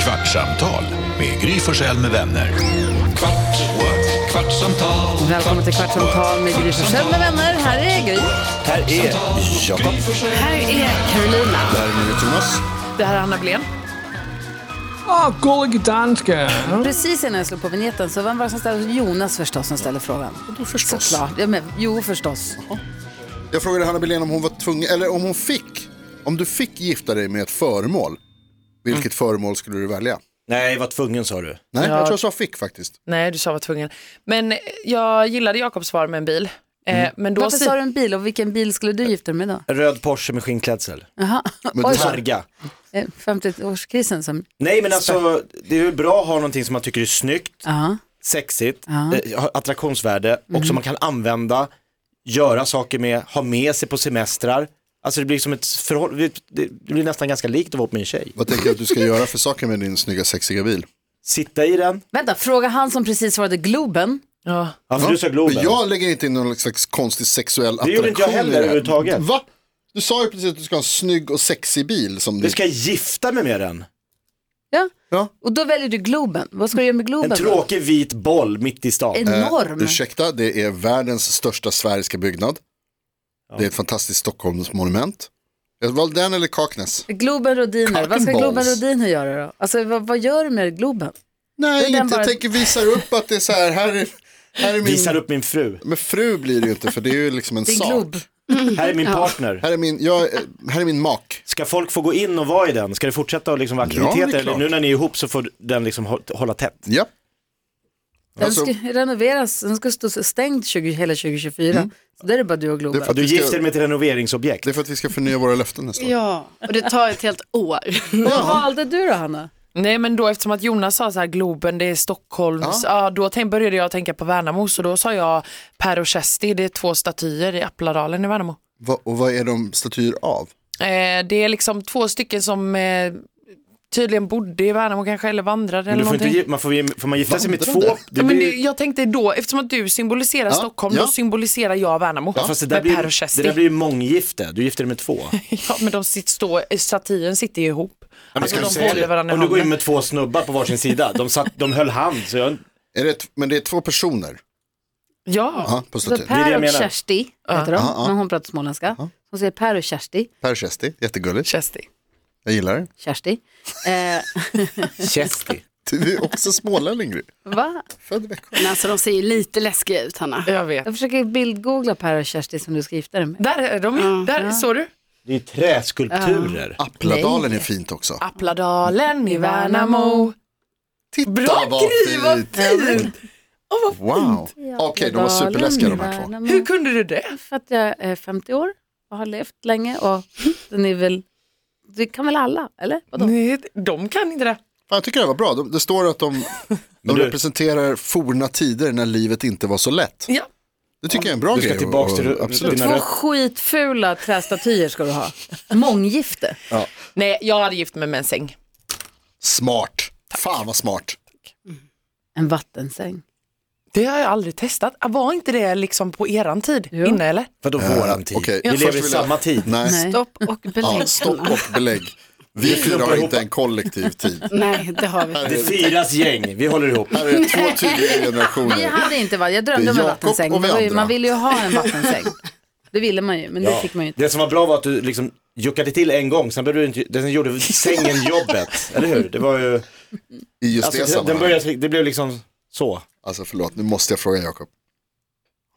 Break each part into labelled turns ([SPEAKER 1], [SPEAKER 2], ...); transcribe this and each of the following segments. [SPEAKER 1] Kvartsamtal med Gry Forssell med vänner. Kvart, what? kvartsamtal,
[SPEAKER 2] Välkommen till Kvartsamtal med Gry Forssell med vänner. Här är Gry.
[SPEAKER 3] Här är Jakob.
[SPEAKER 2] Här är Carolina.
[SPEAKER 3] Här är Thomas.
[SPEAKER 2] Det här är Anna Blén.
[SPEAKER 4] Åh, gullig danska!
[SPEAKER 2] Precis innan jag slog på vignetten så vem var det som ställde Jonas förstås som ställde frågan.
[SPEAKER 3] Då förstås.
[SPEAKER 2] Såklart. Ja, men, jo, förstås.
[SPEAKER 5] Jag frågade Hanna Billén om hon var tvungen, eller om hon fick, om du fick gifta dig med ett föremål, vilket
[SPEAKER 3] Mm.
[SPEAKER 5] föremål skulle du välja?
[SPEAKER 3] Nej, var tvungen sa du.
[SPEAKER 5] Nej, jag tror jag sa fick faktiskt.
[SPEAKER 6] Nej, du sa var tvungen. Men eh, jag gillade Jakobs svar med en bil.
[SPEAKER 3] Mm.
[SPEAKER 6] Eh, men då
[SPEAKER 2] Varför
[SPEAKER 6] si-
[SPEAKER 2] sa du en bil och vilken bil skulle du gifta dig med då?
[SPEAKER 3] En Röd Porsche med skinnklädsel.
[SPEAKER 2] Jaha,
[SPEAKER 5] Men
[SPEAKER 2] Oj,
[SPEAKER 5] du sa,
[SPEAKER 3] Targa.
[SPEAKER 2] eh, 50-årskrisen som...
[SPEAKER 3] Nej men alltså, det är ju bra att ha någonting som man tycker är snyggt,
[SPEAKER 2] Ja, Mm.
[SPEAKER 3] sexigt, eh, har attraktionsvärde och som man kan använda, göra saker med, ha med sig på semestrar. Alltså det blir som ett förhållande, det blir nästan ganska likt att vara ihop med en tjej.
[SPEAKER 5] vad tänker du att du ska göra för saker med din snygga sexiga bil?
[SPEAKER 3] Sitta i den,
[SPEAKER 2] Vänta, fråga han som precis svarade Globen.
[SPEAKER 6] ja.
[SPEAKER 3] ja för Alltså, du sa Globen.
[SPEAKER 5] Men jag lägger inte in någon slags konstig sexuell
[SPEAKER 3] Det
[SPEAKER 5] attraktion
[SPEAKER 3] gjorde inte jag
[SPEAKER 5] i
[SPEAKER 3] heller
[SPEAKER 5] det här.
[SPEAKER 3] överhuvudtaget.
[SPEAKER 5] Va? Du sa ju precis att du ska ha en snygg och sexig bil som
[SPEAKER 3] Du
[SPEAKER 5] du...
[SPEAKER 3] ska gifta mig med den.
[SPEAKER 2] Ja.
[SPEAKER 5] Ja.
[SPEAKER 2] Och då väljer du Globen. Vad ska du göra med Globen?
[SPEAKER 3] En Eh,
[SPEAKER 2] då?
[SPEAKER 3] tråkig vit boll mitt i stan.
[SPEAKER 2] Enorm.
[SPEAKER 5] Ursäkta, det är världens största sfäriska byggnad. Det är ett fantastiskt Stockholmsmonument. Jag valde den eller Kaknäs.
[SPEAKER 2] Globen Rodiner. Vad ska
[SPEAKER 5] Cotton
[SPEAKER 2] Globen
[SPEAKER 5] balls.
[SPEAKER 2] Rodiner göra då? Alltså vad, vad gör du med Globen?
[SPEAKER 5] Nej,
[SPEAKER 2] Det är den
[SPEAKER 5] inte,
[SPEAKER 2] bara-
[SPEAKER 5] jag tänker visa upp att det är så här, här är, här är min...
[SPEAKER 3] Visar upp min fru.
[SPEAKER 5] Men fru blir det ju inte för det är ju liksom en
[SPEAKER 2] Det är
[SPEAKER 5] sak.
[SPEAKER 2] en glob.
[SPEAKER 3] Här är min partner.
[SPEAKER 5] Här är min, jag, här är min mak.
[SPEAKER 3] Ska folk få gå in och vara i den? Ska det fortsätta att liksom vara
[SPEAKER 5] Ja, det är
[SPEAKER 3] aktiviteter? Eller
[SPEAKER 5] klart.
[SPEAKER 3] nu när ni är ihop så får den liksom hå- hålla tätt.
[SPEAKER 5] Ja.
[SPEAKER 2] Den
[SPEAKER 5] Alltså-
[SPEAKER 2] ska renoveras, den ska stå stängd 20, hela 2024. Så där är det bara du och Globen.
[SPEAKER 5] Mm. Det är för att
[SPEAKER 3] Du
[SPEAKER 5] vi
[SPEAKER 3] gifter
[SPEAKER 5] ska,
[SPEAKER 3] dig med ett renoveringsobjekt.
[SPEAKER 5] det är för att vi ska förnya våra löften nästa år.
[SPEAKER 7] Ja, och det tar ett helt år.
[SPEAKER 2] Vad valde du då Hanna?
[SPEAKER 6] Nej, men då eftersom att Jonas sa så här Globen, det är Stockholms, ja. då tänk, började jag tänka på Värnamo, så då sa jag Per och Kesti, det är två statyer i Appladalen i Värnamo.
[SPEAKER 5] Va, och vad är de statyer av?
[SPEAKER 6] Eh, det är liksom två stycken som eh, tydligen bodde i Värnamo kanske, eller vandrade
[SPEAKER 3] Men
[SPEAKER 6] eller
[SPEAKER 3] du får, inte,
[SPEAKER 6] någonting.
[SPEAKER 3] gi- man får, gi- får man gifta sig med två?
[SPEAKER 5] Vandrande.
[SPEAKER 3] Det
[SPEAKER 6] ja, men det,
[SPEAKER 3] blir,
[SPEAKER 6] jag tänkte då, eftersom att du symboliserar
[SPEAKER 5] Ja,
[SPEAKER 6] Stockholm,
[SPEAKER 5] ja.
[SPEAKER 6] då symboliserar jag Värnamo
[SPEAKER 3] ja, fast det där
[SPEAKER 6] med
[SPEAKER 3] blir,
[SPEAKER 6] Per och Kesti.
[SPEAKER 3] det där blir månggifte. Du gifter dig med två.
[SPEAKER 6] Ja, men de sitter, står, statyn sitter ju ihop. Alltså
[SPEAKER 3] Jag
[SPEAKER 6] de
[SPEAKER 3] kan säga
[SPEAKER 6] håller
[SPEAKER 3] det.
[SPEAKER 6] varandra i
[SPEAKER 3] Om du går in
[SPEAKER 6] handen.
[SPEAKER 3] med två snubbar på varsin sida. De, satt, de höll hand. Så jag,
[SPEAKER 5] Är det, ett- men det är två personer
[SPEAKER 6] Ja,
[SPEAKER 5] ja, på
[SPEAKER 2] Så
[SPEAKER 5] statyn.
[SPEAKER 3] det
[SPEAKER 2] per
[SPEAKER 3] jag
[SPEAKER 2] och
[SPEAKER 3] menar.
[SPEAKER 2] Kersti heter de,
[SPEAKER 5] Ja, ja.
[SPEAKER 2] men hon pratar småländska. Hon säger Per och Kersti,
[SPEAKER 5] Per och Kersti, jättegulligt.
[SPEAKER 6] Kesti.
[SPEAKER 5] Jag gillar det.
[SPEAKER 2] Kersti. Eh,
[SPEAKER 3] Kesti.
[SPEAKER 5] Du är också smålänning Gry.
[SPEAKER 2] va?
[SPEAKER 5] Född i Växjö.
[SPEAKER 7] Men alltså de ser ju lite läskiga ut Hanna.
[SPEAKER 6] Jag vet.
[SPEAKER 2] Jag försöker bildgoogla Per och Kersti som du ska gifta dig med.
[SPEAKER 6] Där är de ju. Där såg du.
[SPEAKER 3] Det är träskulpturer.
[SPEAKER 5] Appladalen är fint också.
[SPEAKER 6] Appladalen i Värnamo. Mm.
[SPEAKER 5] Titta
[SPEAKER 6] Bra
[SPEAKER 5] vad
[SPEAKER 6] Gry, vad
[SPEAKER 5] fint!
[SPEAKER 6] fint!
[SPEAKER 5] Wow. Okej, de var superläskiga de här två.
[SPEAKER 2] Värnamo.
[SPEAKER 6] Hur kunde du det?
[SPEAKER 2] För att jag är 50 år och har levt länge och den är väl, det kan väl alla, eller? Vadå?
[SPEAKER 6] Nej, de kan inte det.
[SPEAKER 5] Fan, jag tycker det var bra. De, det står att de, de
[SPEAKER 3] du-
[SPEAKER 5] representerar forna tider när livet inte var så lätt.
[SPEAKER 6] Ja.
[SPEAKER 5] Det tycker jag är en bra
[SPEAKER 3] Du ska
[SPEAKER 5] grej.
[SPEAKER 3] tillbaka till
[SPEAKER 5] absolut.
[SPEAKER 3] dina
[SPEAKER 2] Två
[SPEAKER 3] rötter.
[SPEAKER 2] skitfula trästatyer ska du ha. Månggifte.
[SPEAKER 6] Nej, jag hade gift mig med en säng.
[SPEAKER 5] Smart. Fan vad smart.
[SPEAKER 2] En vattensäng.
[SPEAKER 6] Det har jag aldrig testat. Var inte det liksom på eran tid?
[SPEAKER 2] Jo.
[SPEAKER 6] Inne eller?
[SPEAKER 3] Vadå våran tid?
[SPEAKER 5] okej,
[SPEAKER 3] Vi
[SPEAKER 5] först
[SPEAKER 3] lever i
[SPEAKER 5] vill jag-
[SPEAKER 3] samma tid.
[SPEAKER 5] Nej.
[SPEAKER 2] Nej.
[SPEAKER 7] Stopp och belägg.
[SPEAKER 5] Ja, stopp och belägg. Vi fyra har
[SPEAKER 3] klumpar
[SPEAKER 5] inte
[SPEAKER 3] ihop.
[SPEAKER 5] en kollektiv tid.
[SPEAKER 7] Nej, det har vi
[SPEAKER 3] Det
[SPEAKER 7] inte.
[SPEAKER 3] firas gäng. Vi håller ihop.
[SPEAKER 5] Här är två tydliga
[SPEAKER 2] Vi
[SPEAKER 5] generationer.
[SPEAKER 2] hade inte vatten, jag drömde om
[SPEAKER 5] Det är
[SPEAKER 2] en
[SPEAKER 5] Jakob
[SPEAKER 2] vattensäng.
[SPEAKER 5] och vi
[SPEAKER 2] Det var ju-
[SPEAKER 5] andra.
[SPEAKER 2] Man ville ju ha en vattensäng. Det ville man ju, men det
[SPEAKER 3] Ja.
[SPEAKER 2] fick man ju inte.
[SPEAKER 3] Det som var bra var att du liksom juckade till en gång, sen, behövde du inte, den gjorde sängen jobbet. Eller hur? Det var ju...
[SPEAKER 5] I just
[SPEAKER 3] Alltså,
[SPEAKER 5] det
[SPEAKER 3] den
[SPEAKER 5] sammanhanget.
[SPEAKER 3] började, det blev liksom så.
[SPEAKER 5] Alltså förlåt, nu måste jag fråga Jakob.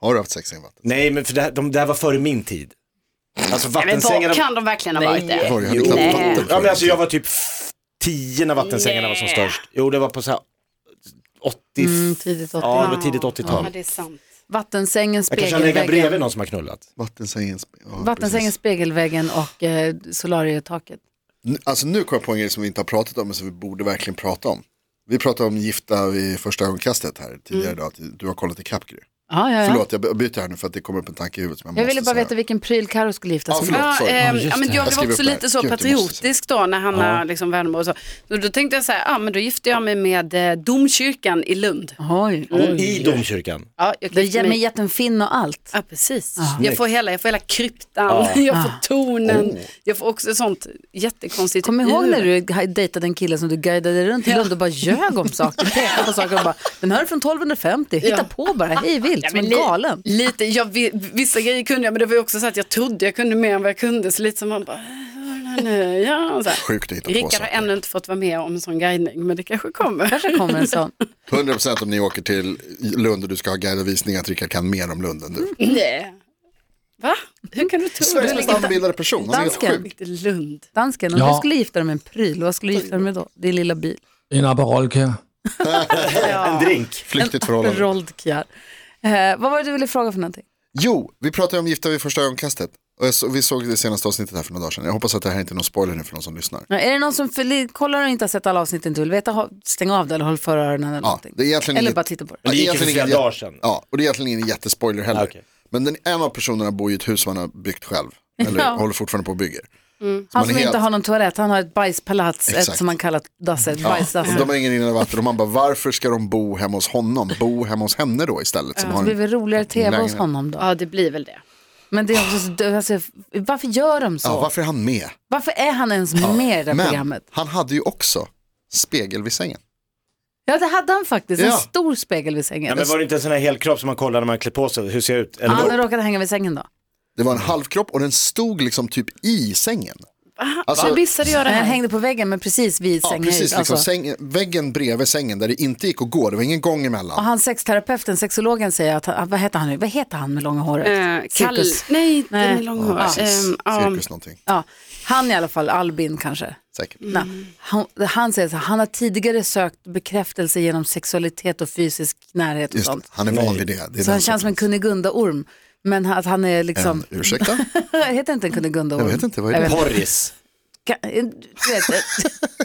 [SPEAKER 5] Har du haft sex i en vatten?
[SPEAKER 3] Nej, men för det, här, de, det här var före min tid. Alltså
[SPEAKER 7] Men
[SPEAKER 3] vattensängarna...
[SPEAKER 7] då kan de verkligen ha varit det?
[SPEAKER 5] Var, jag hade knappt
[SPEAKER 7] Nej.
[SPEAKER 5] vatten
[SPEAKER 3] Ja, men alltså,
[SPEAKER 5] förut.
[SPEAKER 3] jag var typ f- tio när vattensängarna var som störst. Jo, det var på så här 80...
[SPEAKER 2] Mm, tidigt 80.
[SPEAKER 3] Ja, det var tidigt 80-tal.
[SPEAKER 7] Ja, det är
[SPEAKER 2] Liksom.
[SPEAKER 7] sant.
[SPEAKER 2] Vattensängen,
[SPEAKER 3] Jag kanske har legat bredvid
[SPEAKER 2] spegelväggen.
[SPEAKER 3] någon som har knullat.
[SPEAKER 5] Vattensängen. ja,
[SPEAKER 2] Vattensängen,
[SPEAKER 5] precis.
[SPEAKER 2] spegelväggen och eh, solarietaket.
[SPEAKER 5] Nu- Alltså nu kom jag på en grej som vi inte har pratat om men som vi borde verkligen prata om. Vi pratade om gifta vid första ögonkastet här tidigare idag. att Du har kollat i Gry.
[SPEAKER 2] Ja, Mm. ja, ja.
[SPEAKER 5] Förlåt, jag by- byter här nu för att det kommer upp en tanke i huvudet. Som jag
[SPEAKER 2] Jag ville
[SPEAKER 5] måste
[SPEAKER 2] bara
[SPEAKER 5] säga.
[SPEAKER 2] veta vilken pryl Karo skulle gifta
[SPEAKER 5] Ja,
[SPEAKER 2] sig med.
[SPEAKER 5] förlåt.
[SPEAKER 7] Ja,
[SPEAKER 5] sorry.
[SPEAKER 7] ehm,
[SPEAKER 5] Ja,
[SPEAKER 7] ja, men jag
[SPEAKER 5] Jag
[SPEAKER 7] var
[SPEAKER 5] skriver
[SPEAKER 7] också
[SPEAKER 5] upp det
[SPEAKER 7] lite
[SPEAKER 5] här.
[SPEAKER 7] så
[SPEAKER 5] Gud, det måste jag
[SPEAKER 7] patriotisk då när Hanna liksom Värnamo och så. Och då tänkte jag så här, ja men då gifte jag mig med eh, domkyrkan i Lund.
[SPEAKER 2] Oj,
[SPEAKER 3] I domkyrkan.
[SPEAKER 7] Ja, jag
[SPEAKER 2] Du
[SPEAKER 7] gifte
[SPEAKER 2] ger mig
[SPEAKER 7] mig.
[SPEAKER 2] jättefinn och allt.
[SPEAKER 7] Ja, precis. Jag, får hela, jag får hela kryptan, jag får tonen,
[SPEAKER 5] Oh.
[SPEAKER 7] jag får också sånt jättekonstigt
[SPEAKER 2] Kom ihåg
[SPEAKER 7] ur.
[SPEAKER 2] när du dejtade en kille som du guidade runt i Lund och bara ljög om saker, pekade på saker och bara, den här är från 1250, hitta
[SPEAKER 7] Ja.
[SPEAKER 2] på bara, hej vilt, som
[SPEAKER 7] men
[SPEAKER 2] en
[SPEAKER 7] li-
[SPEAKER 2] galen.
[SPEAKER 7] Lite, jag, vi- vissa grejer kunde jag, men det var ju också så att jag trodde jag kunde mer än vad jag kunde. Så lite som man bara, "Äh, vad är det här nu?" ja, och så här.
[SPEAKER 5] Sjukt att hitta på
[SPEAKER 7] Rickard har
[SPEAKER 5] saker.
[SPEAKER 7] ännu inte fått vara med om en sån guidning, men det kanske kommer.
[SPEAKER 2] Kanske kommer en sån.
[SPEAKER 5] 100% om ni åker till Lund och du ska ha guidevisning att Rickard kan mer om Lund än
[SPEAKER 2] Mm.
[SPEAKER 5] du.
[SPEAKER 7] Nej. Va? Hur kan du tro
[SPEAKER 5] Sveriges
[SPEAKER 7] det?
[SPEAKER 5] mest anbildade person, han Alltså, är helt
[SPEAKER 2] Dansken.
[SPEAKER 5] sjuk.
[SPEAKER 7] Inte Lund.
[SPEAKER 2] Dansken, om
[SPEAKER 4] Ja.
[SPEAKER 2] du skulle gifta dig med en pryl, vad skulle du gifta dig med då? Din lilla bil.
[SPEAKER 4] En Aperolkär.
[SPEAKER 3] En drink.
[SPEAKER 5] Flyktigt förhållande.
[SPEAKER 2] Roldkjär. Eh, vad var det du ville fråga för någonting?
[SPEAKER 5] Jo, vi pratade om Gifta vid första ögonkastet. Och jag så, vi såg det senaste avsnittet här för några dagar sedan. Jag hoppas att det här inte är någon spoiler nu för någon som lyssnar.
[SPEAKER 2] Ja, Är det någon som för, kollar och inte har sett alla avsnitt och inte vill veta, ha- stäng av det eller håll för öronen eller
[SPEAKER 5] Ja,
[SPEAKER 2] någonting.
[SPEAKER 5] det är egentligen
[SPEAKER 2] Eller
[SPEAKER 5] inget-
[SPEAKER 2] bara titta på det.
[SPEAKER 5] Ja,
[SPEAKER 3] Men det gick ju för
[SPEAKER 5] egentligen
[SPEAKER 3] flera
[SPEAKER 5] ingen-
[SPEAKER 3] dagar sedan.
[SPEAKER 5] Ja, och det är egentligen ingen jättespoiler heller.
[SPEAKER 3] Ah, okej.
[SPEAKER 5] Men den, en av personerna bor i ett hus man har byggt själv. Eller
[SPEAKER 2] Ja. Mm.
[SPEAKER 5] håller fortfarande på och bygger.
[SPEAKER 2] Han
[SPEAKER 5] man är
[SPEAKER 2] som inte
[SPEAKER 5] helt-
[SPEAKER 2] har någon toalett, han har ett bajspalats, ett
[SPEAKER 5] Exakt.
[SPEAKER 2] som han kallar dasse, ett
[SPEAKER 5] Ja.
[SPEAKER 2] bajsdasse.
[SPEAKER 5] och De har ingen rinnande vatten och man bara varför ska de bo hemma hos honom? Bo hemma hos henne då istället. Som
[SPEAKER 2] Det
[SPEAKER 5] har
[SPEAKER 2] blir
[SPEAKER 5] en...
[SPEAKER 2] väl roligare tv hos
[SPEAKER 5] Lägenhet.
[SPEAKER 2] honom då.
[SPEAKER 7] Ja, det blir väl det.
[SPEAKER 2] Men det är också så, det- alltså, varför gör de så?
[SPEAKER 5] ja, varför är han med?
[SPEAKER 2] Varför är han ens med i det här
[SPEAKER 5] Men
[SPEAKER 2] programmet?
[SPEAKER 5] han hade ju också spegel vid sängen.
[SPEAKER 2] Ja, det hade han faktiskt. En
[SPEAKER 5] Ja.
[SPEAKER 2] stor spegel vid
[SPEAKER 3] Ja,
[SPEAKER 2] sängen.
[SPEAKER 3] men var det inte en sån här helkropp som man kollar när man klär på sig? Hur ser jag ut? Eller
[SPEAKER 2] Ah,
[SPEAKER 3] var-
[SPEAKER 2] han råkade hänga vid sängen då.
[SPEAKER 5] Det var en halvkropp och den stod liksom typ i sängen. Alltså,
[SPEAKER 7] Hur missade jag det
[SPEAKER 2] Han
[SPEAKER 7] här?
[SPEAKER 2] hängde på väggen, men precis vid
[SPEAKER 5] ja,
[SPEAKER 2] sängen.
[SPEAKER 5] precis, liksom,
[SPEAKER 2] alltså.
[SPEAKER 5] säng, väggen bredvid sängen där det inte gick att gå, det var ingen gång
[SPEAKER 2] Och
[SPEAKER 5] emellan.
[SPEAKER 2] han sexterapeuten, sexologen säger att, han, vad heter han nu, vad heter han med långa håret?
[SPEAKER 7] Eh, Kall...
[SPEAKER 2] Cirkus.
[SPEAKER 7] Nej, inte
[SPEAKER 2] Nej.
[SPEAKER 7] med långhårig.
[SPEAKER 2] Ja,
[SPEAKER 5] Precis.
[SPEAKER 7] Ehm, ja.
[SPEAKER 5] Cirkus någonting,
[SPEAKER 2] Ja, han i alla fall, Albin kanske.
[SPEAKER 5] säkert.
[SPEAKER 2] Nej, han, han säger så här, han har tidigare sökt bekräftelse genom sexualitet och fysisk närhet och
[SPEAKER 5] Just,
[SPEAKER 2] sånt.
[SPEAKER 5] han är van vid det. det är
[SPEAKER 2] Så han
[SPEAKER 5] den
[SPEAKER 2] känns som en Kunigunda-orm. Men han- att han är liksom,
[SPEAKER 5] sortens- Eh, Ursäkta?
[SPEAKER 2] heter inte en Kunigunda-orm?
[SPEAKER 5] Jag vet inte, vad är det?
[SPEAKER 3] Porris.
[SPEAKER 2] Ka- eh, du vet,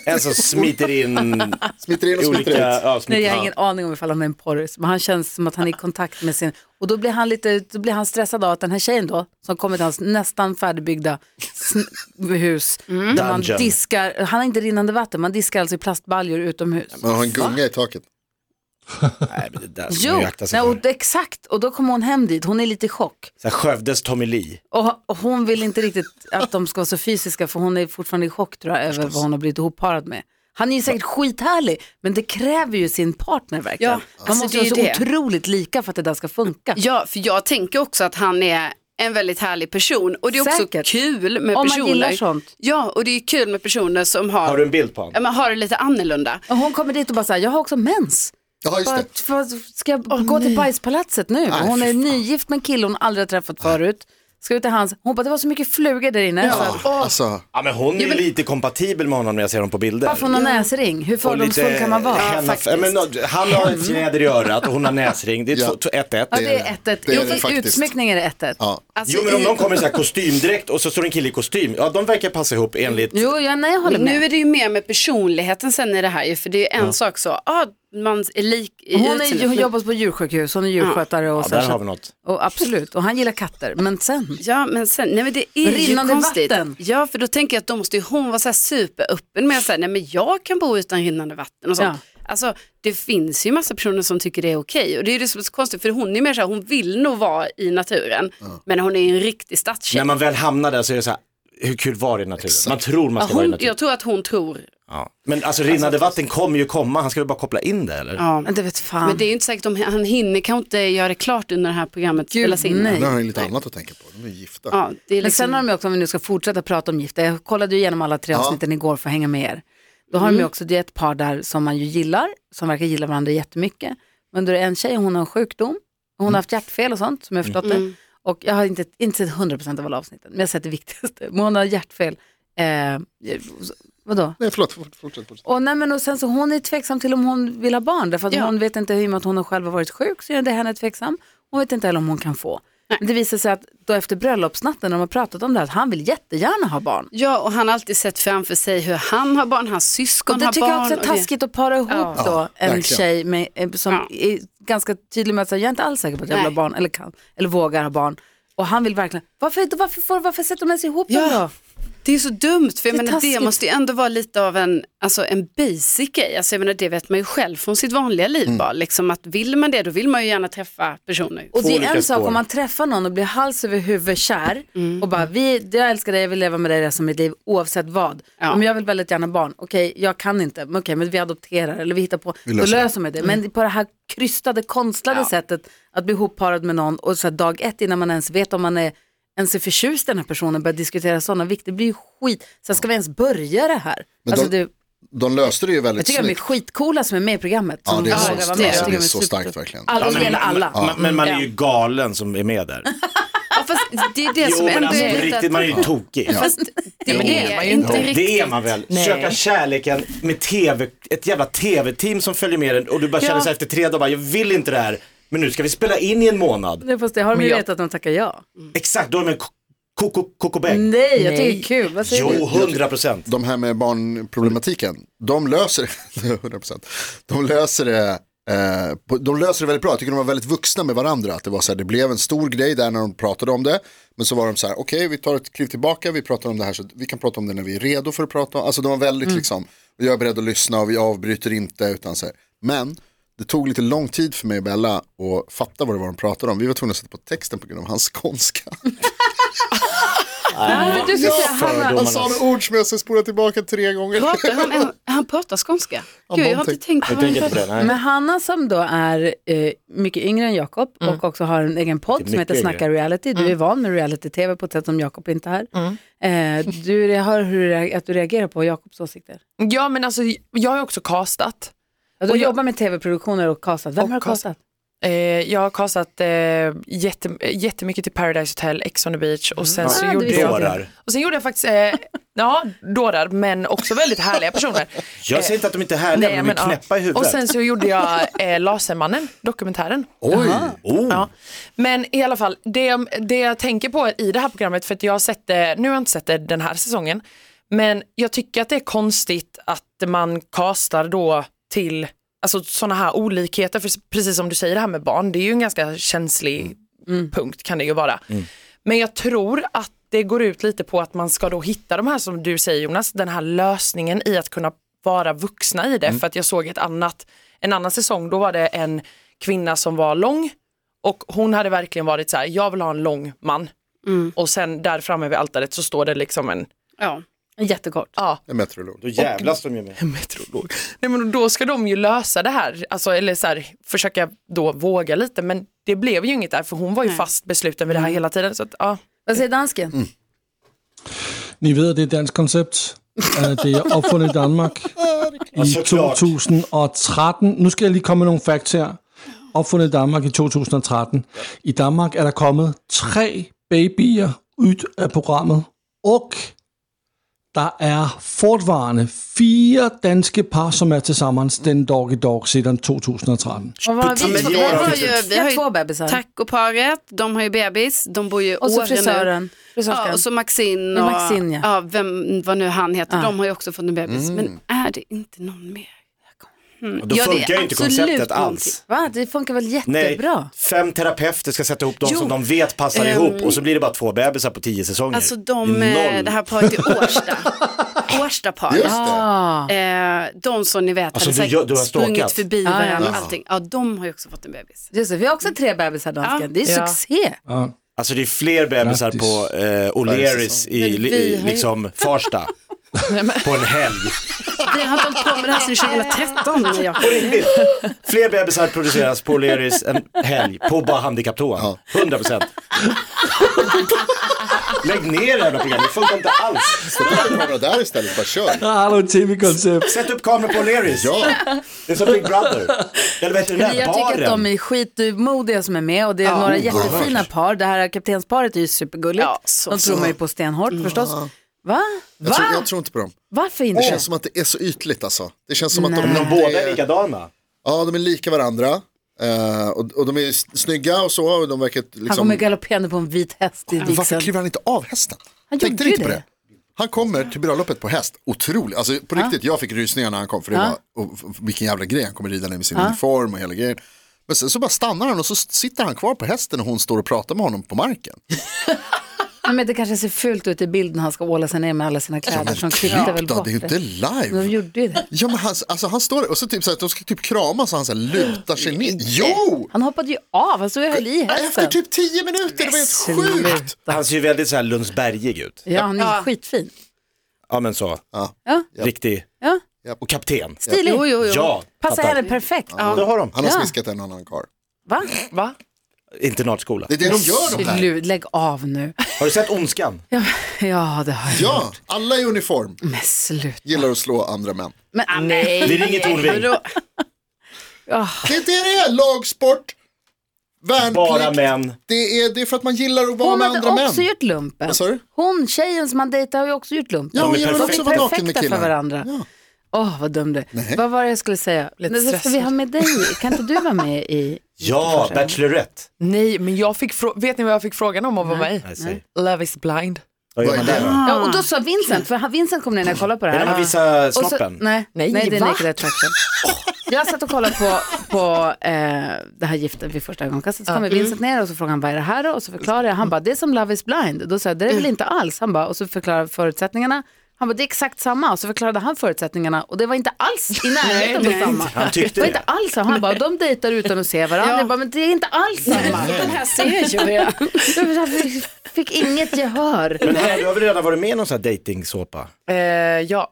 [SPEAKER 2] eh,
[SPEAKER 3] En som smiter in
[SPEAKER 5] Smiter in och
[SPEAKER 3] olika...
[SPEAKER 5] smiter ut.
[SPEAKER 3] Ja, smiter
[SPEAKER 2] Nej, jag har
[SPEAKER 3] ja.
[SPEAKER 2] ingen aning om ifall han är en porris, men han känns som att han är i kontakt med sin... Och då blir han, lite, då blir han stressad av att den här tjejen då, som kommer till hans nästan färdigbyggda sn- hus,
[SPEAKER 3] Mm.
[SPEAKER 2] där Mm, man
[SPEAKER 3] Dungeon.
[SPEAKER 2] diskar, han har inte rinnande vatten, man diskar alltså i plastbaljor utomhus.
[SPEAKER 5] Man har en gunga i taket.
[SPEAKER 3] Nej, men det där ska
[SPEAKER 2] Jo,
[SPEAKER 3] man ju akta sig
[SPEAKER 2] nej,
[SPEAKER 3] för.
[SPEAKER 2] och, exakt, och då kommer hon hem dit, hon är lite i chock.
[SPEAKER 3] Så här, Skövdes Tommy Lee.
[SPEAKER 2] Och, och hon vill inte riktigt att de ska vara så fysiska för hon är fortfarande i chock tror jag över vad hon har blivit ihopparad med. Han är ju säkert skithärlig men det kräver ju sin partner verkligen.
[SPEAKER 7] Ja,
[SPEAKER 2] Man
[SPEAKER 7] alltså,
[SPEAKER 2] måste
[SPEAKER 7] det
[SPEAKER 2] vara
[SPEAKER 7] är
[SPEAKER 2] så
[SPEAKER 7] ju det.
[SPEAKER 2] otroligt lika för att det där ska funka.
[SPEAKER 7] Ja, för jag tänker också att han är en väldigt härlig person och det är också
[SPEAKER 2] Säkert.
[SPEAKER 7] kul med
[SPEAKER 2] Om man
[SPEAKER 7] personer.
[SPEAKER 2] gillar sånt.
[SPEAKER 7] Ja, och det är kul med personer som har,
[SPEAKER 3] Har du en bild på
[SPEAKER 7] ja,
[SPEAKER 3] honom?
[SPEAKER 7] men har det lite annorlunda.
[SPEAKER 2] Och hon kommer dit och bara säger, jag har också mens.
[SPEAKER 5] Ja, just
[SPEAKER 2] Bara,
[SPEAKER 5] det.
[SPEAKER 2] för, ska jag gå till bajspalatset nu? Och hon
[SPEAKER 5] fy
[SPEAKER 2] är
[SPEAKER 5] fan.
[SPEAKER 2] nygift med en kille hon aldrig har träffat förut. Ska ut till hans, hon bara det var så mycket flugor där inne. Så
[SPEAKER 5] Ja,
[SPEAKER 2] att,
[SPEAKER 5] alltså,
[SPEAKER 3] Ja, men hon är ju lite kompatibel med honom när jag ser honom på bilder.
[SPEAKER 2] bara får hon har näsring, hur fördomsfull kan man vara? Mm.
[SPEAKER 3] henna- ja, men, no, han har ett fjäder i örat och hon har näsring. Det är
[SPEAKER 5] Ja.
[SPEAKER 3] 1-1.
[SPEAKER 2] Ja, det
[SPEAKER 5] det.
[SPEAKER 2] är 1-1.
[SPEAKER 5] Det är
[SPEAKER 2] Jo,
[SPEAKER 5] det
[SPEAKER 2] för
[SPEAKER 5] faktiskt.
[SPEAKER 2] utsmyckning är det 1-1.
[SPEAKER 5] ja.
[SPEAKER 7] Alltså,
[SPEAKER 3] Jo men om
[SPEAKER 7] i-
[SPEAKER 3] någon kommer i så här kostymdräkt och så står en kille i kostym, ja de verkar passa ihop enligt,
[SPEAKER 2] Jo, ja, nej, jag håller med.
[SPEAKER 7] Nu är det ju mer med personligheten sen i det här ju, för det är ju en sak så, ah, man är lik i
[SPEAKER 2] Hon, är,
[SPEAKER 7] utseendet,
[SPEAKER 2] hon
[SPEAKER 7] men-
[SPEAKER 2] jobbar på djursjukhus, hon är djurskötare och
[SPEAKER 3] ja,
[SPEAKER 2] så.
[SPEAKER 3] där
[SPEAKER 2] här,
[SPEAKER 3] har vi något.
[SPEAKER 2] och absolut, och han gillar katter. Men sen,
[SPEAKER 7] Ja men sen, nej men det är
[SPEAKER 2] Rinnande
[SPEAKER 7] ju konstigt.
[SPEAKER 2] vatten.
[SPEAKER 7] Ja för då tänker jag att då måste ju hon vara så här superöppen med att nej men jag kan bo utan rinnande vatten och sånt. Alltså det finns ju massa personer som tycker det är okej och det är ju det som är så konstigt för hon är mer så här, hon vill nog vara i naturen men hon är ju en riktig
[SPEAKER 3] När
[SPEAKER 7] stadstjej.
[SPEAKER 3] man väl hamnar där så är det så här, hur kul var det i naturen? Man tror man
[SPEAKER 7] Ja,
[SPEAKER 3] ska vara i
[SPEAKER 7] hon,
[SPEAKER 3] naturen.
[SPEAKER 7] jag tror att hon tror,
[SPEAKER 3] Ja. Men alltså rinnande vatten kommer ju komma, han ska väl bara koppla in det eller?
[SPEAKER 7] ja.
[SPEAKER 2] men det vet fan.
[SPEAKER 7] men det är ju inte säkert om han hinner, kan hon inte göra det klart under det här programmet spelas in.
[SPEAKER 5] Nu
[SPEAKER 2] nej.
[SPEAKER 5] har ju lite annat att tänka på, de är gifta.
[SPEAKER 7] Ja, det är
[SPEAKER 2] Men
[SPEAKER 7] liksom,
[SPEAKER 2] sen har de ju också, om vi nu ska fortsätta prata om gifta, jag kollade ju igenom alla tre avsnitten igår för att hänga med er. Då har de
[SPEAKER 7] Mm.
[SPEAKER 2] ju också, det är ett par där som man ju gillar, som verkar gilla varandra jättemycket. Men då är det en tjej, hon har en sjukdom, hon
[SPEAKER 7] Mm.
[SPEAKER 2] har haft hjärtfel och sånt som jag har förstått det. Och jag har inte, inte sett 100% av alla avsnitten, men jag har sett det viktigaste. Men hon har hjärtfel, eh, vadå?
[SPEAKER 5] Nej, förlåt, fort- fortsätt. fortsätt.
[SPEAKER 2] Och, nej, men och sen så hon är tveksam till om hon vill ha barn. Därför att
[SPEAKER 7] Ja.
[SPEAKER 2] hon vet inte, i och med att hon har själv har varit sjuk så gör det henne tveksam. Hon vet inte heller om hon kan få. Men det visar sig att då efter bröllopsnatten när de har pratat om det här, att han vill jättegärna ha barn.
[SPEAKER 7] ja och han har alltid sett framför sig hur han har barn, hans syskon
[SPEAKER 2] Och det
[SPEAKER 7] har
[SPEAKER 2] tycker
[SPEAKER 7] barn.
[SPEAKER 2] jag också är
[SPEAKER 7] och det-
[SPEAKER 2] taskigt att para ihop
[SPEAKER 7] Ja.
[SPEAKER 2] då en
[SPEAKER 5] verkligen.
[SPEAKER 2] tjej med, eh, som
[SPEAKER 7] Ja.
[SPEAKER 2] är ganska tydlig med att säga, jag är inte alls säker på att jag vill ha
[SPEAKER 7] Nej.
[SPEAKER 2] barn eller kan eller vågar ha barn. Och han vill verkligen, varför, varför, får, varför sätter de ens ihop dem
[SPEAKER 7] Ja.
[SPEAKER 2] då?
[SPEAKER 7] Det är så dumt, för jag
[SPEAKER 2] Det är
[SPEAKER 7] menar, det
[SPEAKER 2] taskigt.
[SPEAKER 7] måste ju ändå vara lite av en, alltså en basic grej. Alltså, jag menar, det vet man ju själv från sitt vanliga liv
[SPEAKER 3] Mm.
[SPEAKER 7] bara. Liksom att vill man det, då vill man ju gärna träffa personer.
[SPEAKER 2] Och det är
[SPEAKER 3] olika
[SPEAKER 2] en sak
[SPEAKER 3] spår.
[SPEAKER 2] om man träffar någon och blir hals över huvud kär och bara, vi, jag älskar dig, jag vill leva med dig resten av mitt liv oavsett vad.
[SPEAKER 7] Ja.
[SPEAKER 2] Om jag vill väldigt gärna barn, okej jag kan inte, men okej men vi adopterar eller vi hittar på,
[SPEAKER 5] Vi
[SPEAKER 2] då
[SPEAKER 5] löser det.
[SPEAKER 2] löser man det. Men på det här krystade, konstlade sättet att bli ihopparad med någon och så här, dag ett innan man ens vet om man är ens är förtjust i den här personen, börjar diskutera sådana vikter, det blir ju skit. Sen ska vi ens börja det här?
[SPEAKER 5] Men
[SPEAKER 2] alltså,
[SPEAKER 5] de-
[SPEAKER 2] det,
[SPEAKER 5] De löste det ju
[SPEAKER 2] jag
[SPEAKER 5] väldigt
[SPEAKER 2] tycker de är
[SPEAKER 5] snyggt.
[SPEAKER 2] skitcoola som är med i programmet.
[SPEAKER 5] Ja,
[SPEAKER 2] som
[SPEAKER 5] det är så,
[SPEAKER 2] vågar vara med.
[SPEAKER 5] alltså,
[SPEAKER 2] Jag
[SPEAKER 5] det
[SPEAKER 2] tycker
[SPEAKER 5] är
[SPEAKER 2] de
[SPEAKER 5] så
[SPEAKER 2] supercoola.
[SPEAKER 5] starkt verkligen.
[SPEAKER 2] Alla, det gäller alla.
[SPEAKER 3] Ma- Men man är ju galen som är med där.
[SPEAKER 7] Ja, fast det är det
[SPEAKER 3] Jo
[SPEAKER 7] som
[SPEAKER 3] men
[SPEAKER 7] ändå
[SPEAKER 3] alltså
[SPEAKER 7] är
[SPEAKER 3] på
[SPEAKER 7] lite...
[SPEAKER 3] riktigt, man är ju tokig.
[SPEAKER 7] Fast det,
[SPEAKER 6] men det är man ju inte
[SPEAKER 3] Ja, Det är man väl.
[SPEAKER 6] Nej.
[SPEAKER 3] Söka kärleken med TV, ett jävla TV-team som följer med en och du bara känner så här efter tre dagar, bara, jag vill inte det här. Men nu ska vi spela in i en månad.
[SPEAKER 2] Nej, fast det har de ju
[SPEAKER 6] jag-
[SPEAKER 2] vetat att de tackar ja.
[SPEAKER 3] Exakt, då är de en koko, koko bäng.
[SPEAKER 2] Nej, jag tycker det är kul. Vad säger
[SPEAKER 3] Jo, hundra procent.
[SPEAKER 5] De här med barnproblematiken, de löser 100%, de löser det. Eh, på- de löser det väldigt bra, jag tycker de var väldigt vuxna med varandra. Att det, var så här, det blev en stor grej där när de pratade om det. Men så var de så här, okej vi tar ett kliv tillbaka, vi pratar om det här, så vi kan prata om det när vi är redo för att prata om. Alltså de var väldigt liksom, jag är beredd att lyssna och vi avbryter inte. Utan så här. Men det tog lite lång tid för mig och Bella att fatta vad det var de pratade om. Vi var tvungna att sätta på texten på grund av hans skånska.
[SPEAKER 2] du? Du ska säga Hanna.
[SPEAKER 5] Han sa några ord som jag ska spola tillbaka tre gånger.
[SPEAKER 7] pratar han, han pratar skånska.
[SPEAKER 5] Ja,
[SPEAKER 7] Gud, jag har
[SPEAKER 5] någonting.
[SPEAKER 7] inte tänkt på vad han pratar.
[SPEAKER 2] Men Hanna som då är eh, mycket yngre än Jakob och också har en egen podd som
[SPEAKER 3] mycket
[SPEAKER 2] heter
[SPEAKER 3] yngre.
[SPEAKER 2] Snacka reality. Du är van med reality-tv på ett sätt som Jakob inte är. Eh, du hör hur du reagerar, att du reagerar på Jakobs åsikter.
[SPEAKER 6] Ja men alltså jag har ju också castat.
[SPEAKER 2] Ja, du
[SPEAKER 6] Och jag-
[SPEAKER 2] jobbar med tv-produktioner och castat. Vem
[SPEAKER 6] Och
[SPEAKER 2] har du
[SPEAKER 6] castat.
[SPEAKER 2] castat?
[SPEAKER 6] Eh, jag har castat eh, jätte, jättemycket till Paradise Hotel, Ex on the beach och sen så
[SPEAKER 2] Ah, det
[SPEAKER 6] gjorde
[SPEAKER 2] visste jag.
[SPEAKER 6] jag
[SPEAKER 3] Dårar.
[SPEAKER 6] och sen gjorde jag faktiskt, eh, ja dårar men också väldigt härliga personer.
[SPEAKER 3] Jag säger inte att de inte är härliga, men de är
[SPEAKER 6] ja.
[SPEAKER 3] knäppa i huvudet.
[SPEAKER 6] Och sen så gjorde jag eh, Lasermannen, dokumentären.
[SPEAKER 5] Oj,
[SPEAKER 3] oh.
[SPEAKER 6] Ja. Men i alla fall, det, jag- det jag tänker på i det här programmet, för att jag har sett det, nu har jag inte sett det den här säsongen, men jag tycker att det är konstigt att man kastar då till alltså sådana här olikheter, för s- precis som du säger det här med barn, det är ju en ganska känslig punkt kan det ju vara. Men jag tror att det går ut lite på att man ska då hitta de här som du säger Jonas, den här lösningen i att kunna vara vuxna i det. För att jag såg ett annat, en annan säsong, då var det en kvinna som var lång och hon hade verkligen varit så här, jag vill ha en lång man. Och sen där framme vid altaret så står det liksom en,
[SPEAKER 7] Ja.
[SPEAKER 2] Jättekort.
[SPEAKER 6] ja,
[SPEAKER 5] en meteorolog.
[SPEAKER 3] Då jävlas de ju med.
[SPEAKER 6] meteorolog. Nej men då ska de ju lösa det här, alltså, eller så här, försöka då våga lite. Men det blev ju inget där för hon var ju fast besluten vid det här hela tiden. Så att, ja.
[SPEAKER 2] Vad säger dansken?
[SPEAKER 3] Mm.
[SPEAKER 4] Ni ved, at det er et dansk koncept. Øh, Det er opfundet i Danmark i
[SPEAKER 3] så klart.
[SPEAKER 4] 2013. Nu skal jeg lige komme med nogle facts her. Opfundet i Danmark i 2013. I Danmark er der kommet tre babyer ud af programmet, og der er fortvarende fire danske par, som er til sammen den dog i dog siden 2013.
[SPEAKER 2] Och vad har vi?
[SPEAKER 7] men
[SPEAKER 2] två-
[SPEAKER 7] vi
[SPEAKER 2] vi har ju-
[SPEAKER 7] har ju- vi
[SPEAKER 2] vi har
[SPEAKER 7] har ju-
[SPEAKER 2] två bebisar.
[SPEAKER 7] Tacoparet, de har ju bebis, de bor ju i
[SPEAKER 2] Och så
[SPEAKER 7] Åre nu.
[SPEAKER 2] frisören. Frisörskan.
[SPEAKER 7] Ja, och så Maxine
[SPEAKER 2] Ja,
[SPEAKER 7] och
[SPEAKER 2] Maxine, ja.
[SPEAKER 7] vem, vad nu han heter,
[SPEAKER 2] Ja.
[SPEAKER 7] de har ju också fått en bebis.
[SPEAKER 3] Mm.
[SPEAKER 7] Men är det inte någon mer?
[SPEAKER 3] Då
[SPEAKER 7] Mm. Ja, det är
[SPEAKER 3] funkar ju inte
[SPEAKER 7] absolut
[SPEAKER 3] konceptet
[SPEAKER 7] någonting.
[SPEAKER 3] alls.
[SPEAKER 2] Va? Det funkar väl
[SPEAKER 3] Nej,
[SPEAKER 2] jättebra?
[SPEAKER 3] fem terapeuter ska sätta ihop dem
[SPEAKER 7] Jo,
[SPEAKER 3] som de vet passar
[SPEAKER 7] ehm,
[SPEAKER 3] ihop och så blir det bara två bebisar på tio säsonger.
[SPEAKER 7] Alltså de,
[SPEAKER 3] Det är
[SPEAKER 7] eh,
[SPEAKER 3] noll.
[SPEAKER 7] det här paret i Årsta, Årstaparet.
[SPEAKER 5] Just det.
[SPEAKER 7] Eh, de som ni vet
[SPEAKER 3] Alltså,
[SPEAKER 7] hade
[SPEAKER 3] du gör- du har
[SPEAKER 7] säkert sprungit
[SPEAKER 3] stalkat.
[SPEAKER 7] förbi
[SPEAKER 2] Ja, ja.
[SPEAKER 7] varandra.
[SPEAKER 2] Ja.
[SPEAKER 7] Allting. Ja, de har ju också fått en bebis.
[SPEAKER 2] Just det, vi har också tre bebisar dansken.
[SPEAKER 7] Ja.
[SPEAKER 2] Det är
[SPEAKER 6] Ja.
[SPEAKER 2] succé.
[SPEAKER 3] Alltså det är fler bebisar
[SPEAKER 4] Grattis.
[SPEAKER 3] på eh, O'Learys i,
[SPEAKER 7] Men vi
[SPEAKER 3] i
[SPEAKER 7] har ju-
[SPEAKER 3] liksom Farsta. på en helg.
[SPEAKER 7] Vi har inte hållit på med det här sedan 2013. Jakob.
[SPEAKER 3] Rimligt. Fler bebisar produceras på O'Learys en helg på bara handikapptoan. 100 procent. Lägg ner det jävla programmet, det funkar inte alls.
[SPEAKER 5] Så ta en kamera där istället, bara kör.
[SPEAKER 4] Der har du et tv-koncept.
[SPEAKER 3] Sätt upp kameror på O'Learys.
[SPEAKER 5] Ja,
[SPEAKER 3] Det är som Big Brother. Eller vad heter
[SPEAKER 2] Men
[SPEAKER 3] den där
[SPEAKER 2] jag tycker att de
[SPEAKER 3] baren?
[SPEAKER 2] är skitmodiga som är med och det är några
[SPEAKER 5] Oh,
[SPEAKER 2] jättefina par. Det här kaptensparet är ju supergulligt.
[SPEAKER 7] Ja, så- Mm.
[SPEAKER 2] de tror man ju på stenhårt förstås. Va?
[SPEAKER 5] jag
[SPEAKER 2] Va?
[SPEAKER 5] tror, jag tror inte på dem.
[SPEAKER 2] Varför inte?
[SPEAKER 5] Det känns som att det är så ytligt alltså. Det känns som att de,
[SPEAKER 2] Nej.
[SPEAKER 3] De båda är likadana.
[SPEAKER 5] ja, de är lika varandra. Eh, och, och de är s- snygga och så. Och de verkar
[SPEAKER 2] Han
[SPEAKER 5] liksom...
[SPEAKER 2] kommer galopperande på en vit häst i
[SPEAKER 5] Men varför
[SPEAKER 2] vigseln.
[SPEAKER 5] kliver han inte av hästen?
[SPEAKER 2] Han
[SPEAKER 5] Tänkte
[SPEAKER 2] gjorde
[SPEAKER 5] ni inte
[SPEAKER 2] ju
[SPEAKER 5] på
[SPEAKER 2] det.
[SPEAKER 5] det? Han kommer till bröllopet på häst, otroligt. Alltså på riktigt, jag fick rysningar när han kom. För det var, och, och, vilken jävla grej, han kommer ridande med sin uniform och hela grejen. Men Men sen så bara stannar han och så sitter han kvar på hästen och hon står och pratar med honom på marken.
[SPEAKER 2] Nej, men det kanske ser fult ut i bilden när han ska åla sig ner med alla sina kläder. så de klippte väl
[SPEAKER 5] då,
[SPEAKER 2] bort
[SPEAKER 5] det är ju inte
[SPEAKER 2] De
[SPEAKER 5] live.
[SPEAKER 2] gjorde ju det.
[SPEAKER 5] Ja men han, alltså han står och så typ så här, de ska typ kramas och han så här lutar sig ner. Jo!
[SPEAKER 2] Han hoppade ju av, han stod ju och höll i
[SPEAKER 5] Efter
[SPEAKER 2] hästen.
[SPEAKER 5] typ tio minuter, det var helt
[SPEAKER 2] Sluta.
[SPEAKER 5] sjukt.
[SPEAKER 3] Han ser ju väldigt så här Lundsbergig ut.
[SPEAKER 2] Ja, han är ju skitfin.
[SPEAKER 3] Ja men så,
[SPEAKER 2] Ja,
[SPEAKER 3] riktig.
[SPEAKER 2] ja.
[SPEAKER 3] Och kapten.
[SPEAKER 2] Stilig.
[SPEAKER 7] Jo, jo, jo.
[SPEAKER 3] Ja,
[SPEAKER 2] Passar
[SPEAKER 3] fattar.
[SPEAKER 2] henne perfekt.
[SPEAKER 3] Ja, det har de.
[SPEAKER 5] Han har
[SPEAKER 2] Ja.
[SPEAKER 5] spiskat en annan karl.
[SPEAKER 2] Va?
[SPEAKER 6] Va?
[SPEAKER 3] Internatskola.
[SPEAKER 5] Det är det de gör de här.
[SPEAKER 2] Slut, lägg av nu.
[SPEAKER 3] Har du sett Ondskan?
[SPEAKER 2] Ja, ja det har jag.
[SPEAKER 5] Ja, alla i uniform
[SPEAKER 2] Men slut.
[SPEAKER 5] gillar att slå andra män.
[SPEAKER 2] Men, ah, nej.
[SPEAKER 3] Vi ringer Tornving.
[SPEAKER 5] Det är det det är, lagsport, värnplikt.
[SPEAKER 3] Bara män.
[SPEAKER 5] Det är, det är för att man gillar att vara
[SPEAKER 2] Hon
[SPEAKER 5] med
[SPEAKER 2] hade
[SPEAKER 5] andra
[SPEAKER 2] också
[SPEAKER 5] män.
[SPEAKER 2] gjort lumpen.
[SPEAKER 5] Vad sa du?
[SPEAKER 2] Hon, tjejen som man dejtar, har ju också gjort lumpen.
[SPEAKER 5] Ja, hon
[SPEAKER 3] är
[SPEAKER 5] gillar
[SPEAKER 3] perfekta.
[SPEAKER 5] också att vara naken med
[SPEAKER 2] perfekta för
[SPEAKER 5] killar.
[SPEAKER 2] varandra. Åh, vad dum du är. Vad var det jag skulle säga?
[SPEAKER 6] Lite
[SPEAKER 2] Nej, så ska vi
[SPEAKER 6] stressad.
[SPEAKER 2] ha med dig? Kan inte du vara med i...
[SPEAKER 3] Ja, Bachelorette.
[SPEAKER 6] Nej, men jag fick frå- vet ni vad jag fick frågan om att vara med i?
[SPEAKER 3] Nej, säg.
[SPEAKER 6] Love is blind.
[SPEAKER 3] Vad gör man där då?
[SPEAKER 2] Ja, och då sa Vincent, för han- Vincent kom ner när jag kollade på det
[SPEAKER 3] Är det
[SPEAKER 2] här. Ah.
[SPEAKER 3] när man visar
[SPEAKER 2] Och så,
[SPEAKER 3] snoppen?
[SPEAKER 2] nej, nej,
[SPEAKER 6] Nej,
[SPEAKER 2] det är
[SPEAKER 6] va?
[SPEAKER 2] Naked Attraction. Jag satt och kollade på, på eh, det här Gifta vid första ögonkastet, så kommer Vincent ner och så frågar han vad är det här då? Och så förklarar jag, han bara det är som Love is blind. Då sa jag det är väl inte alls, han bara, och så förklarar jag förutsättningarna. Han bara det är exakt samma och så förklarade han förutsättningarna och det var inte alls i närheten av samma.
[SPEAKER 3] Han
[SPEAKER 2] Det
[SPEAKER 3] tyckte
[SPEAKER 2] var inte
[SPEAKER 3] det.
[SPEAKER 2] alls samma, han bara de dejtar utan att se varandra. Jag bara men det är inte alls samma.
[SPEAKER 7] Den här ser ju jag.
[SPEAKER 2] Jag fick inget gehör.
[SPEAKER 3] Men här, du har väl redan varit med i någon sån här dejtingsåpa?
[SPEAKER 6] Eh, ja.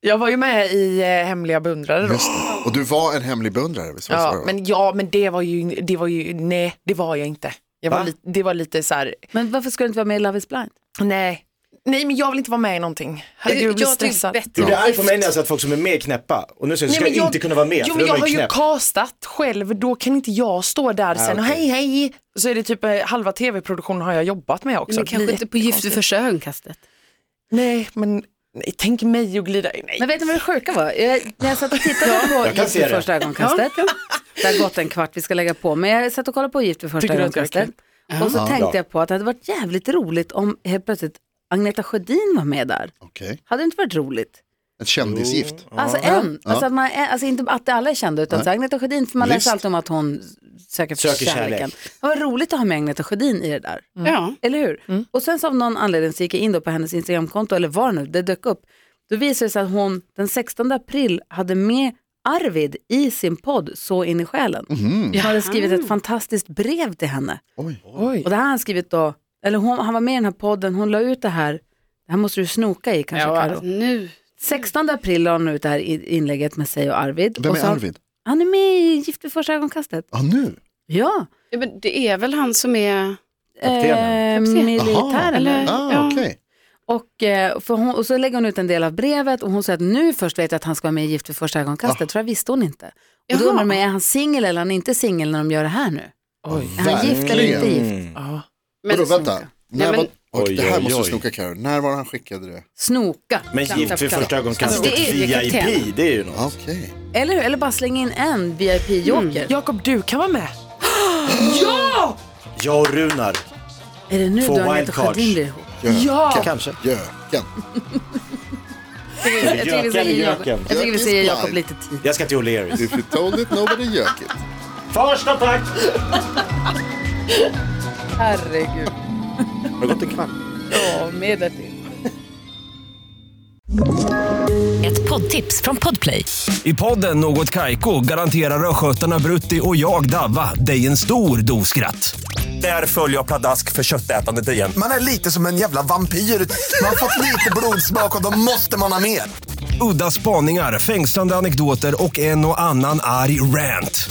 [SPEAKER 6] Jag var ju med i eh, Hemliga beundrare då.
[SPEAKER 5] Just det. Och du var en hemlig beundrare, visst var det så det
[SPEAKER 6] Ja,
[SPEAKER 5] var?
[SPEAKER 6] men, ja, men det var ju, det var ju, nej, det var jag inte. Jag var
[SPEAKER 3] Va?
[SPEAKER 6] li, det var lite så här,
[SPEAKER 2] Men varför skulle du inte vara med i Love is blind?
[SPEAKER 6] nej. Nej, men jag vill inte vara med i någonting. Herregud, jag blir
[SPEAKER 7] Eh, Jag tycker
[SPEAKER 6] stressad.
[SPEAKER 7] bättre
[SPEAKER 3] Du blir arg på mig när
[SPEAKER 7] gift.
[SPEAKER 3] jag säger att folk som är med är knäppa. Och nu säger jag,
[SPEAKER 6] Nej,
[SPEAKER 3] ska
[SPEAKER 6] men
[SPEAKER 3] jag inte kunna vara med, för
[SPEAKER 6] Jo, men
[SPEAKER 3] då är
[SPEAKER 6] jag har
[SPEAKER 3] man
[SPEAKER 6] ju
[SPEAKER 3] knäpp. Ah,
[SPEAKER 6] castat själv, då kan inte jag stå där sen och
[SPEAKER 3] okej.
[SPEAKER 6] hej hej. Så är det typ eh, halva tv-produktionen har jag jobbat med också.
[SPEAKER 7] Men
[SPEAKER 6] Det
[SPEAKER 7] kanske
[SPEAKER 6] blir
[SPEAKER 7] inte på gift vid
[SPEAKER 6] jättekonstigt.
[SPEAKER 7] första ögonkastet.
[SPEAKER 6] Nej, men nej, tänk mig och glida in. Nej.
[SPEAKER 2] Men vet ni vad det sjuka var? Jag, när jag satt och tittade på
[SPEAKER 3] jag kan
[SPEAKER 2] Gift
[SPEAKER 3] se
[SPEAKER 2] vid
[SPEAKER 3] det.
[SPEAKER 2] första ögonkastet. Det har gått en kvart vi ska lägga på, men jag satt och kollade på Gift vid första
[SPEAKER 6] Tycker du att jag är
[SPEAKER 2] ögonkastet. Och så tänkte
[SPEAKER 3] Ja.
[SPEAKER 2] jag på att det hade varit jävligt roligt om helt plötsligt Agneta Sjödin var med där.
[SPEAKER 5] Okej,
[SPEAKER 2] Hade det inte varit roligt?
[SPEAKER 5] ett kändisgift.
[SPEAKER 2] Alltså en, alltså, att man, alltså inte att alla är kända utan så Agneta Sjödin, för man
[SPEAKER 5] Visst.
[SPEAKER 2] läser alltid om att hon söker,
[SPEAKER 3] Söker kärlek.
[SPEAKER 2] kärleken. Det var roligt att ha med Agneta Sjödin i det där.
[SPEAKER 7] Ja.
[SPEAKER 2] Eller hur?
[SPEAKER 5] Mm.
[SPEAKER 2] Och sen så av någon anledning så gick jag in då på hennes Instagramkonto, eller var nu, det dök upp. Då visade det sig att hon den 16 april hade med Arvid i sin podd Så in i själen.
[SPEAKER 5] Mhm.
[SPEAKER 2] Han hade skrivit ett fantastiskt brev till henne.
[SPEAKER 6] Oj.
[SPEAKER 2] Och det här har han skrivit då, eller hon, han var med i den här podden, hon la ut det här, det här måste du snoka i kanske Karo.
[SPEAKER 7] Nu.
[SPEAKER 2] 16 april la hon ut det här i- inlägget med sig och Arvid.
[SPEAKER 5] Vem
[SPEAKER 2] och
[SPEAKER 5] är
[SPEAKER 2] så-
[SPEAKER 5] Arvid?
[SPEAKER 2] Han är med i Gift vid första ögonkastet.
[SPEAKER 5] Ja, nu.
[SPEAKER 2] Ja,
[SPEAKER 7] Ja, men det är väl han som är...
[SPEAKER 2] eh,
[SPEAKER 7] Kaptenen.
[SPEAKER 2] militären.
[SPEAKER 7] Eller?
[SPEAKER 5] Ah,
[SPEAKER 7] Ja.
[SPEAKER 5] okej.
[SPEAKER 2] Och, eh, för hon, och så lägger hon ut en del av brevet och hon säger att nu först vet jag att han ska vara med i Gift vid första ögonkastet, för det visste hon inte. Och då
[SPEAKER 7] Jaha.
[SPEAKER 2] undrar man, är han singel eller är han inte singel när de gör det här nu? Är han gift eller inte gift?
[SPEAKER 3] Mm.
[SPEAKER 6] Ja.
[SPEAKER 5] Vadå, vänta. När
[SPEAKER 7] men-
[SPEAKER 5] var... Oj, det
[SPEAKER 3] Oj,
[SPEAKER 5] här
[SPEAKER 3] oj,
[SPEAKER 5] måste
[SPEAKER 3] oj.
[SPEAKER 5] vi snoka Carro. När var det han skickade det?
[SPEAKER 2] Snoka.
[SPEAKER 3] Men
[SPEAKER 2] Klapp, klapp,
[SPEAKER 3] gift vid
[SPEAKER 2] klapp.
[SPEAKER 3] första ögonkastet,
[SPEAKER 7] Alltså, det är ju
[SPEAKER 3] VIP,
[SPEAKER 7] kapten.
[SPEAKER 3] det är ju något.
[SPEAKER 5] Okej.
[SPEAKER 2] Eller hur? Eller bara slänga in en
[SPEAKER 3] Mm.
[SPEAKER 2] VIP-joker.
[SPEAKER 6] Mm. Jakob, du kan vara med.
[SPEAKER 3] Jag och Runar,
[SPEAKER 2] Är det nu
[SPEAKER 3] Två
[SPEAKER 2] du har Agneta
[SPEAKER 3] wildcards.
[SPEAKER 2] Sjödin blir ihop?
[SPEAKER 6] Ja!
[SPEAKER 3] kanske.
[SPEAKER 5] Göken.
[SPEAKER 2] Jag tycker vi ska ge
[SPEAKER 3] Göken,
[SPEAKER 2] Jakob-
[SPEAKER 3] göken.
[SPEAKER 2] jag tycker vi ska ge Jakob lite tid.
[SPEAKER 3] Jag ska till O'Learys.
[SPEAKER 5] If you told it, nobody gök it.
[SPEAKER 3] Första tack!
[SPEAKER 2] Herregud.
[SPEAKER 3] Har det gått en kvart?
[SPEAKER 2] Ja, med där till.
[SPEAKER 8] Ett poddtips från Podplay.
[SPEAKER 9] I podden Något Kaiko garanterar östgötarna Brutti och jag, Davva, dig en stor dos skratt. Där följer jag pladask för köttätandet igen.
[SPEAKER 10] Man är lite som en jävla vampyr. Man har fått lite blodsmak och då måste man ha mer.
[SPEAKER 9] Udda spaningar, fängslande anekdoter och en och annan arg rant.